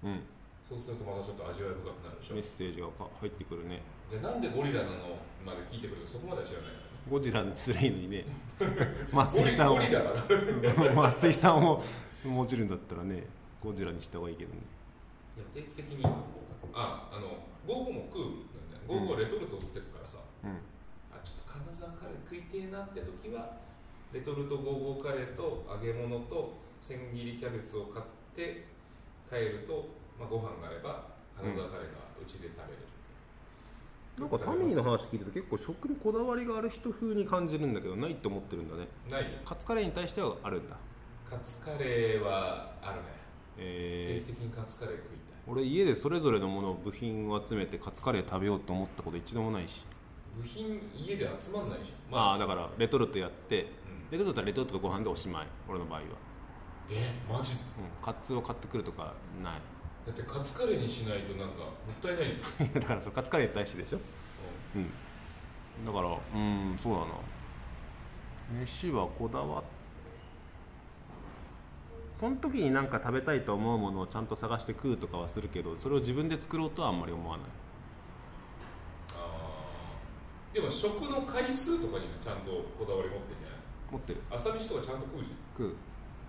Speaker 2: うん
Speaker 3: そうするとまたちょっと味わい深くなるでしょ
Speaker 2: メッセージがか入ってくるね
Speaker 3: じゃあなんでゴリラなのまで聞いてくるけどそこまでは知らないから
Speaker 2: ゴジラにすりゃいいのにね松井さんを
Speaker 3: ゴリゴリラだから
Speaker 2: 松井さんをもじるんだったらねゴジラにした方がいいけどね
Speaker 3: いや定期的にああの午後も食うなんだよ午後レトルト売ってるからさ、
Speaker 2: うん
Speaker 3: あちょっと金沢カレー食いてえなって時はレトルトゴーゴーカレーと揚げ物と千切りキャベツを買って帰ると、まあ、ご飯があれば金沢カレーがうちで食べれる、
Speaker 2: なんかタミーの話聞いてると結構食にこだわりがある人風に感じるんだけどないと思ってるんだね
Speaker 3: ないよ
Speaker 2: カツカレーに対してはあるんだ
Speaker 3: カツカレーはあるね定
Speaker 2: え
Speaker 3: 期的にカツカレー食いたい
Speaker 2: ー、俺家でそれぞれのものを部品を集めてカツカレー食べようと思ったこと一度もないし
Speaker 3: 部品家で集まんないでしょ
Speaker 2: まあ
Speaker 3: あ、
Speaker 2: だからレトルトやって
Speaker 3: うん
Speaker 2: レトルトはレトルトとご飯でおしまい俺の場合は、うん、
Speaker 3: えマジ
Speaker 2: カツを買ってくるとかない
Speaker 3: だってカツカレーにしないとなんかもったいない じゃん、
Speaker 2: いやだからそれカツカレーに対してでしょ
Speaker 3: う
Speaker 2: うん、だからうんそうだな飯はこだわっその時になんか食べたいと思うものをちゃんと探して食うとかはするけどそれを自分で作ろうとはあんまり思わない
Speaker 3: んあーでも食の回数とかにはちゃんとこだわり持ってんじゃない
Speaker 2: 持ってる
Speaker 3: 朝飯とかちゃんと食うじゃ
Speaker 2: 食
Speaker 3: ん
Speaker 2: う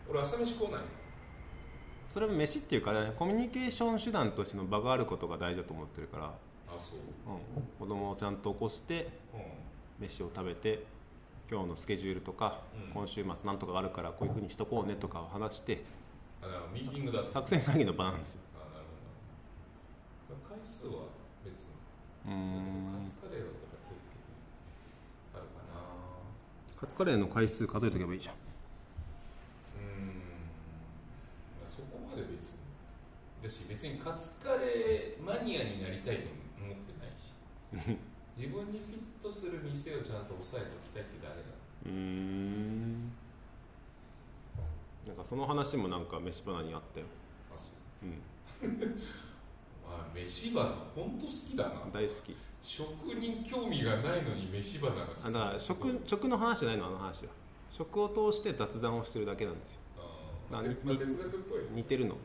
Speaker 3: 俺朝飯食わないの
Speaker 2: それは飯っていうかねコミュニケーション手段としての場があることが大事だと思ってるから、
Speaker 3: あそう
Speaker 2: うん、子供をちゃんと起こして
Speaker 3: う
Speaker 2: 飯を食べて今日のスケジュールとか、
Speaker 3: うん
Speaker 2: 今週末なんとかがあるからこういうふうにしとこうねとかを話して
Speaker 3: んあだからミーティングだったあ
Speaker 2: 作戦会議の場なんですよ
Speaker 3: なるほど回数は別に
Speaker 2: うー
Speaker 3: だ
Speaker 2: ん
Speaker 3: けどカツカレーはやっぱ定期的にあるかな
Speaker 2: カツカレーの回数数えとけばいいじゃん
Speaker 3: うーんまあそこまで別にだし別にカツカレーマニアになりたいとも思ってない し自分にフィットする店をちゃんと押さえておきたいって誰なの
Speaker 2: うーんなんかその話もなんか飯花にあったよ、
Speaker 3: あそう
Speaker 2: うん、
Speaker 3: まあ飯花本当好きだな
Speaker 2: 大好き
Speaker 3: 食に興味がないのに飯花が好き
Speaker 2: あだから食食の話じゃないのあの話は食を通して雑談をしてるだけなんですよ
Speaker 3: あ
Speaker 2: 何
Speaker 3: ーまあ哲学っぽいね
Speaker 2: 似てるの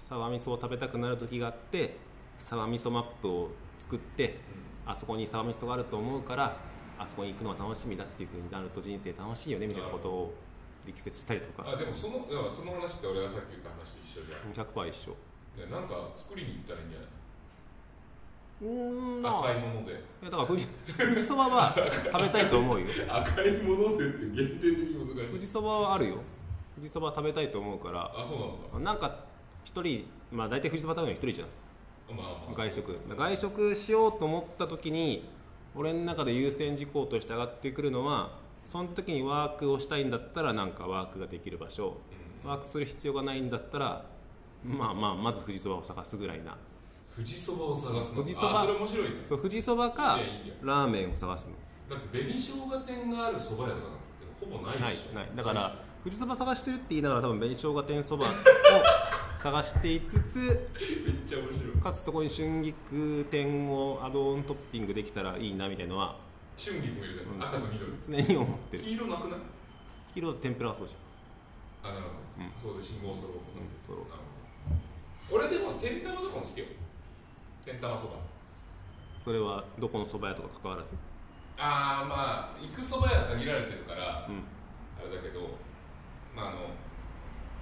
Speaker 2: サワ味噌を食べたくなる時があってサワ味噌マップを作ってあそこにサワ味噌があると思うからあそこに行くのが楽しみだっていうふうになると人生楽しいよねみたいなことを力説したりと
Speaker 3: あ
Speaker 2: か
Speaker 3: でもそのだからその話って俺がさっき言った話と一緒じゃん
Speaker 2: 100%一緒
Speaker 3: でなんか作りに行ったらいいんじゃないう
Speaker 2: ーんまあ
Speaker 3: 赤いもので
Speaker 2: いやだから富士富士そばは食べたいと思うよ
Speaker 3: 赤いものでって限定的に難しい
Speaker 2: 富士そばはあるよ富士そば食べたいと思うから
Speaker 3: あそうなんだ
Speaker 2: なんか一人まあ大体富士そば食べるの一人じゃん
Speaker 3: まあまあ
Speaker 2: 外食外食しようと思った時に俺の中で優先事項として上がってくるのはその時にワークをしたいんだったらなんかワークができる場所ワークする必要がないんだったらまあまあまず富士そばを探すぐらいな
Speaker 3: 富士そばを探すの
Speaker 2: 富士そば
Speaker 3: あそれ面白いね
Speaker 2: そう富士そばか
Speaker 3: いやいいよ
Speaker 2: ラーメンを探すの
Speaker 3: だって紅生姜店がある蕎麦屋とかほぼない
Speaker 2: ない
Speaker 3: しょ
Speaker 2: ないだから富士そば探してるって言いながら多分紅生姜天そばを 探していつつ
Speaker 3: めっちゃ面白い
Speaker 2: かつそこに春菊天をアドオントッピングできたらいいなみたいのは、
Speaker 3: 春菊も入れてる
Speaker 2: うん
Speaker 3: 赤と緑
Speaker 2: 常に思ってる
Speaker 3: 黄色なくない
Speaker 2: 黄色と天ぷらはそうじゃ
Speaker 3: あなるほどそうで信号そろ
Speaker 2: う
Speaker 3: う
Speaker 2: んそろう
Speaker 3: なるほど俺でも天玉とかも好きよ天玉そば
Speaker 2: んそれはどこのそば屋とか関わらず
Speaker 3: ああまあ行くそば屋は限られてるから
Speaker 2: うん
Speaker 3: あれだけど、まあ、あの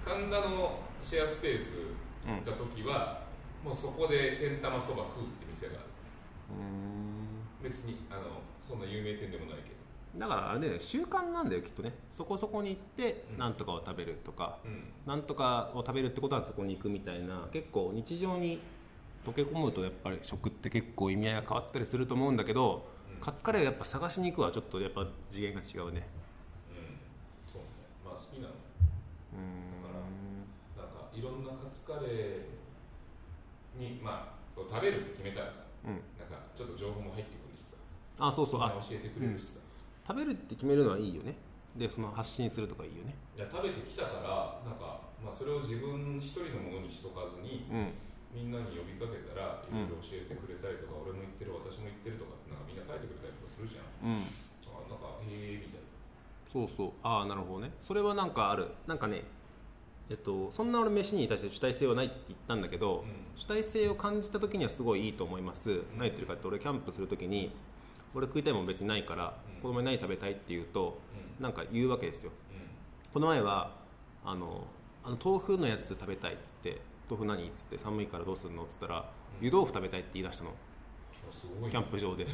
Speaker 3: 神田のシェアスペース行った時は、もうそこで天玉そば食うって店がある別にあのそんな有名店でもないけど
Speaker 2: だからあれだよね習慣なんだよきっとねそこそこに行って
Speaker 3: うん
Speaker 2: なんとかを食べるとか、
Speaker 3: うん
Speaker 2: なんとかを食べるってことはそこに行くみたいな結構日常に溶け込むとやっぱり食って結構意味合いが変わったりすると思うんだけど、
Speaker 3: うん
Speaker 2: カツカレーをやっぱ探しに行くはちょっとやっぱ次元が違うね
Speaker 3: うんそうねまあ好きなの
Speaker 2: う
Speaker 3: なんかいろんなカツカレーにまあこう食べるって決めたらさ
Speaker 2: んうん
Speaker 3: なんかちょっと情報も入ってくるしさ
Speaker 2: あそうそうあ
Speaker 3: 教えてくれるしさ、
Speaker 2: 食べるって決めるのはいいよねでその発信するとかいいよね
Speaker 3: いや食べてきたからなんか、まあ、それを自分一人のものにしとかずに
Speaker 2: うん
Speaker 3: みんなに呼びかけたら
Speaker 2: う
Speaker 3: い
Speaker 2: ん
Speaker 3: ろいろ教えてくれたりとか、俺も言ってる私も言ってるとかってなんかみんな書いてくれたりとかするじゃん
Speaker 2: うん
Speaker 3: あなんかへえみたいな
Speaker 2: そうそうああなるほどねそれはなんかあるなんかねえっとそんな俺飯に対して主体性はないって言ったんだけど、
Speaker 3: うん
Speaker 2: 主体性を感じた時にはすごいいいと思います、何言ってるかって俺キャンプする時に俺食いたいもん別にないから、
Speaker 3: うん
Speaker 2: 子供に何食べたいって言うと
Speaker 3: うん
Speaker 2: なんか言うわけですよこの前はあのあの豆腐のやつ食べたいっつって豆腐何っつって寒いからどうするのっつったら
Speaker 3: うん
Speaker 2: 湯豆腐食べたいって言い出したの
Speaker 3: うんすごい
Speaker 2: キャンプ場 で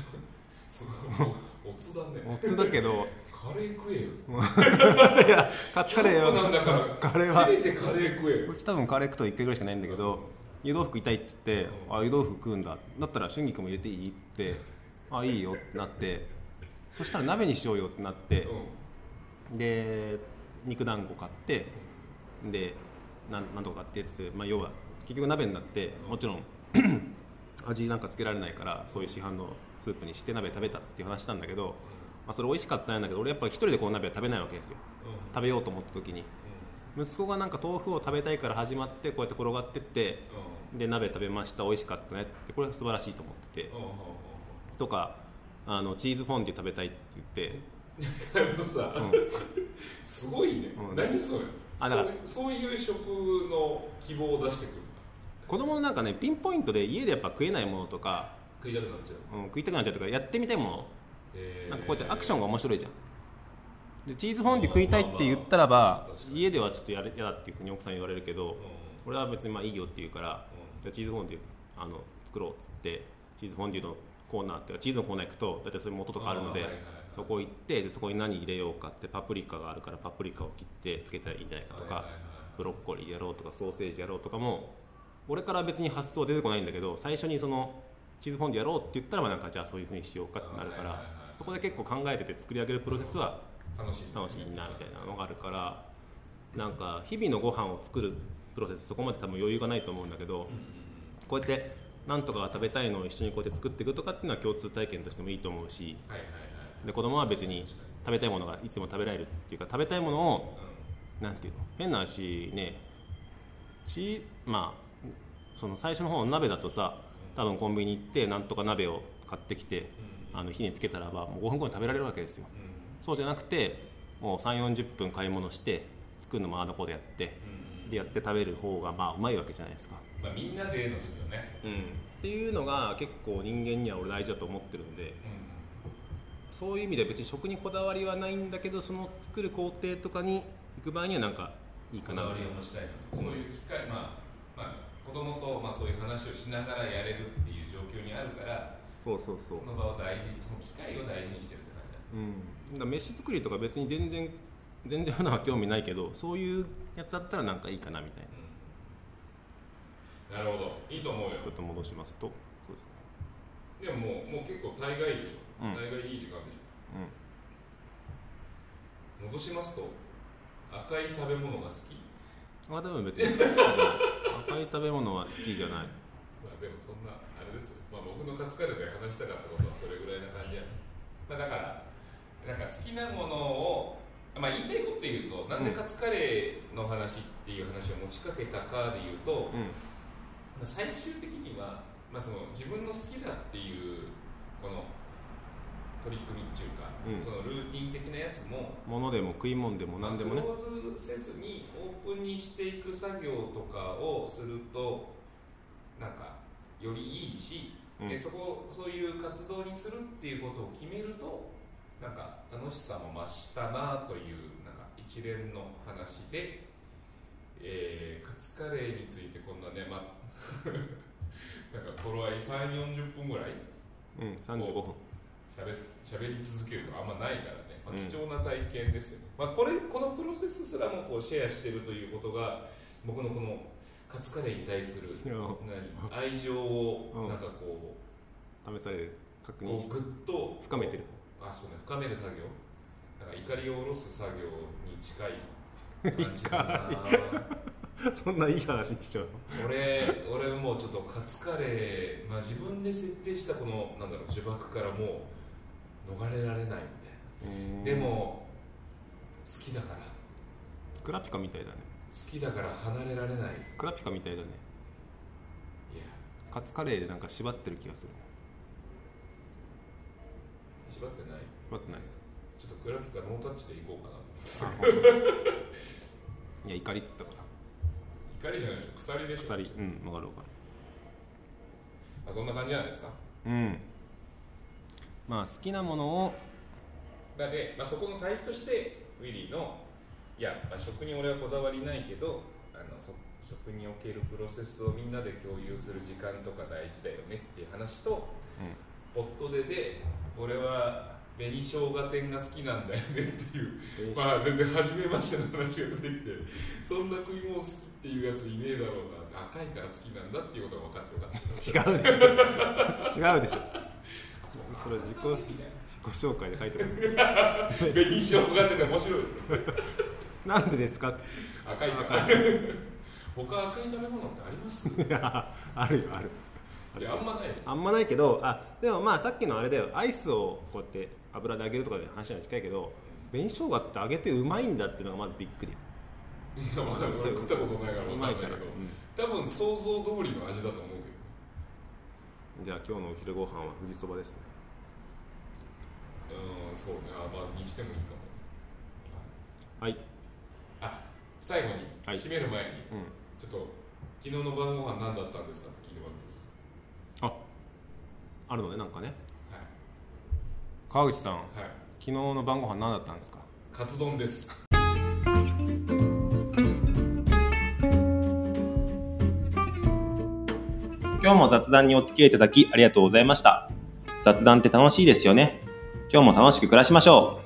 Speaker 3: すごいおおつだね
Speaker 2: おつだけ ど
Speaker 3: カレー食えよ
Speaker 2: いやカツカレー
Speaker 3: キャンプなんだ
Speaker 2: は
Speaker 3: から
Speaker 2: カレーは
Speaker 3: せめてカレー食えよ
Speaker 2: うち多分カレー食うと1回ぐらいしかないんだけど湯豆腐食いたいって言って「
Speaker 3: うん
Speaker 2: あ湯豆腐食うんだ」だったら春菊も入れていいって言って「あいいよ」ってなってそしたら鍋にしようよってなって
Speaker 3: うん
Speaker 2: で肉団子買ってでなんなんとか買ってって言って、まあ、要は結局鍋になってもちろん 味なんかつけられないからそういう市販のスープにして鍋食べたっていう話したんだけど、まあ、それ美味しかったんだけど俺やっぱ一人でこの鍋は食べないわけですよ
Speaker 3: うん
Speaker 2: 食べようと思った時に息子がなんか豆腐を食べたいから始まってこうやって転がってってで鍋食べました美味しかったねってこれは素晴らしいと思ってて
Speaker 3: うんうんうんうん
Speaker 2: とかあのチーズフォンデュ食べたいって言って
Speaker 3: うんでもさ、すごいね、
Speaker 2: うん
Speaker 3: 何それ
Speaker 2: あだから
Speaker 3: そうそういう食の希望を出してくるんだ
Speaker 2: 子供のなんかねピンポイントで家でやっぱ食えないものとか、
Speaker 3: 食いたくなっちゃう
Speaker 2: うん、食いたくなっちゃうとかやってみたいもの
Speaker 3: へー
Speaker 2: なんかこうやってアクションが面白いじゃんでチーズフォンデュ食いたいって言ったらば家ではちょっとやれ嫌だっていうふうに奥さんに言われるけど
Speaker 3: うん
Speaker 2: 俺は別にまあいいよって言うからじゃあチーズフォンデュあの作ろうっつってチーズフォンデュのコーナーっていうかチーズのコーナー行くと大体そういう元とかあるので、
Speaker 3: はいはいはい
Speaker 2: そこ行ってじゃあそこに何入れようかってパプリカがあるからパプリカを切ってつけたらいいんじゃないかとか、
Speaker 3: はいはいはい
Speaker 2: ブロッコリーやろうとかソーセージやろうとかも俺から別に発想は出てこないんだけど最初にそのチーズフォンデュやろうって言ったらまあなんかじゃあそういうふうにしようかってなるか
Speaker 3: はいはい
Speaker 2: ら
Speaker 3: はいはい
Speaker 2: そこで結構考えてて作り上げるプロセスは
Speaker 3: 楽しい
Speaker 2: 楽しいなみたいなのがあるからなんか日々のご飯を作るプロセスそこまで多分余裕がないと思うんだけど
Speaker 3: うんうん
Speaker 2: こうやってなんとかが食べたいのを一緒にこうやって作っていくとかっていうのは共通体験としてもいいと思うし
Speaker 3: うんはいはいはい
Speaker 2: で子供は別に
Speaker 3: 確か
Speaker 2: 食べたいものがいつも食べられるっていうか食べたいものを
Speaker 3: に
Speaker 2: なんていうの変な話ねちまあその最初の方の鍋だとさ多分コンビニ行ってなんとか鍋を買ってきて
Speaker 3: うん
Speaker 2: あの火につけたらばもう5分後に食べられるわけですよ
Speaker 3: うんうん
Speaker 2: そうじゃなくてもう3 4 0分買い物して作るのもあの子でやって
Speaker 3: うんうん
Speaker 2: でやって食べる方がまあうまいわけじゃないですか、
Speaker 3: まあみんなでの時よね
Speaker 2: うん、っていうのが結構人間には俺大事だと思ってるんで
Speaker 3: うん
Speaker 2: そういう意味では別に食にこだわりはないんだけどその作る工程とかに行く場合にはなんかいいか
Speaker 3: こ
Speaker 2: な
Speaker 3: だわ
Speaker 2: みたい
Speaker 3: り
Speaker 2: な
Speaker 3: を持ちたいなとそういう機会まあまあ子供とまあそういう話をしながらやれるっていう状況にあるから
Speaker 2: そうそうそう
Speaker 3: この場を大事にその機会を大事にしてるって感じ
Speaker 2: うん、だ
Speaker 3: だね
Speaker 2: から飯作りとか別に全然全然普段は興味ないけどそういうやつだったらなんかいいかなみたいな
Speaker 3: うんなるほどいいと思うよ
Speaker 2: ちょっと戻しますとそうですね
Speaker 3: でももうもう結構大概いいでし
Speaker 2: うん
Speaker 3: ょ、大概いい時間でしょ戻しますと赤い食べ物が好き、
Speaker 2: あでも別にうん赤い食べ物は好きじゃない
Speaker 3: まあ、でもそんなあれですよ、まあ、僕のカツカレーで話したかったことはそれぐらいな感じやね、まあ、だからなんか好きなものを、まあ、言いたいことで言うとなんでカツカレーの話っていう話を持ちかけたかで言うと、
Speaker 2: うん
Speaker 3: まあ、最終的には、まあ、その自分の好きだっていうこの取り組みっていうか、
Speaker 2: うん
Speaker 3: そのルーティン的なやつも
Speaker 2: 物でも食い物でも何でもね
Speaker 3: クローズせずにオープンにしていく作業とかをするとなんかよりいいし、
Speaker 2: うん
Speaker 3: でそこそういう活動にするっていうことを決めるとなんか楽しさも増したなというなんか一連の話で、えーカツカレーについてこんなね、ま、 なんか頃合い3 4 0分ぐらい
Speaker 2: うん35分
Speaker 3: しゃべり続けるとあんまないからね、まあ
Speaker 2: うん
Speaker 3: 貴重な体験ですよね、まあ、これこのプロセスすらもこうシェアしてるということが僕のこのカツカレーに対する
Speaker 2: いや
Speaker 3: 何愛情を
Speaker 2: うん
Speaker 3: なんかこ
Speaker 2: 試される
Speaker 3: う,、
Speaker 2: 確認
Speaker 3: こ
Speaker 2: し
Speaker 3: うぐっと
Speaker 2: 深めてる
Speaker 3: あそうね深める作業なんか怒りを下ろす作業に近い感じ だな
Speaker 2: そんないい話にしちゃう
Speaker 3: 俺俺もうちょっとカツカレー、まあ、自分で設定したこのなんだろう呪縛からもう逃れられないみたいな
Speaker 2: の
Speaker 3: でも好きだから
Speaker 2: クラピカみたいだね
Speaker 3: 好きだから離れられないいや
Speaker 2: クラピカみたいだねカツカレーでなんか縛ってる気がする
Speaker 3: 縛ってない
Speaker 2: 縛ってないです
Speaker 3: ちょっとグラフィックはノータッチでいこうかな
Speaker 2: あほんといや怒りっつったから
Speaker 3: 怒りじゃないでしょ鎖でしょ
Speaker 2: 鎖うん分かる分か
Speaker 3: あそんな感じじゃないですか
Speaker 2: るうんまあ好きなものを
Speaker 3: だで、まあ、そこの対比としてウィリーのいや、まあ、食に俺はこだわりないけどあのそ食におけるプロセスをみんなで共有する時間とか大事だよねっていう話と、ポットでで俺は紅生姜店が好きなんだよねっていうまあ全然初めましての話が出てきてそんな食い物好きっていうやついねえだろうな赤いから好きなんだっていうことが分かってよかった
Speaker 2: 違うでしょ違うでしょそれ自己
Speaker 3: 紅
Speaker 2: 自己紹介で書いてある
Speaker 3: 生姜店って面白いよね
Speaker 2: なんでですか って
Speaker 3: 赤いから他赤い食べ物ってありますい
Speaker 2: あるよある
Speaker 3: やあんまない
Speaker 2: あんまないけどあでもまあさっきのあれだよアイスをこうやって油で揚げるとかで話には近いけど紅生姜って揚げてうまいんだっていうのがまずびっくり
Speaker 3: いや分かる俺食ったことないから
Speaker 2: う
Speaker 3: 分
Speaker 2: ま
Speaker 3: か
Speaker 2: い
Speaker 3: んな
Speaker 2: か
Speaker 3: いけ
Speaker 2: ら、
Speaker 3: ど
Speaker 2: う
Speaker 3: 多分想像通りの味だと思うけど
Speaker 2: んじゃあ今日のお昼ご飯は富士そばですね
Speaker 3: うんそうねあまあにしてもいいかも
Speaker 2: はい
Speaker 3: あ最後に
Speaker 2: はい
Speaker 3: 締める前に
Speaker 2: うん
Speaker 3: ちょっと昨日の晩ご飯何だったんですかって聞いてもらっていいですか
Speaker 2: ああるのねなんかね
Speaker 3: はい
Speaker 2: 川口さん
Speaker 3: はい、
Speaker 2: 昨日の晩ご飯何だったんですか
Speaker 3: カツ丼です。
Speaker 4: 今日も雑談にお付き合いいただきありがとうございました。雑談って楽しいですよね。今日も楽しく暮らしましょう。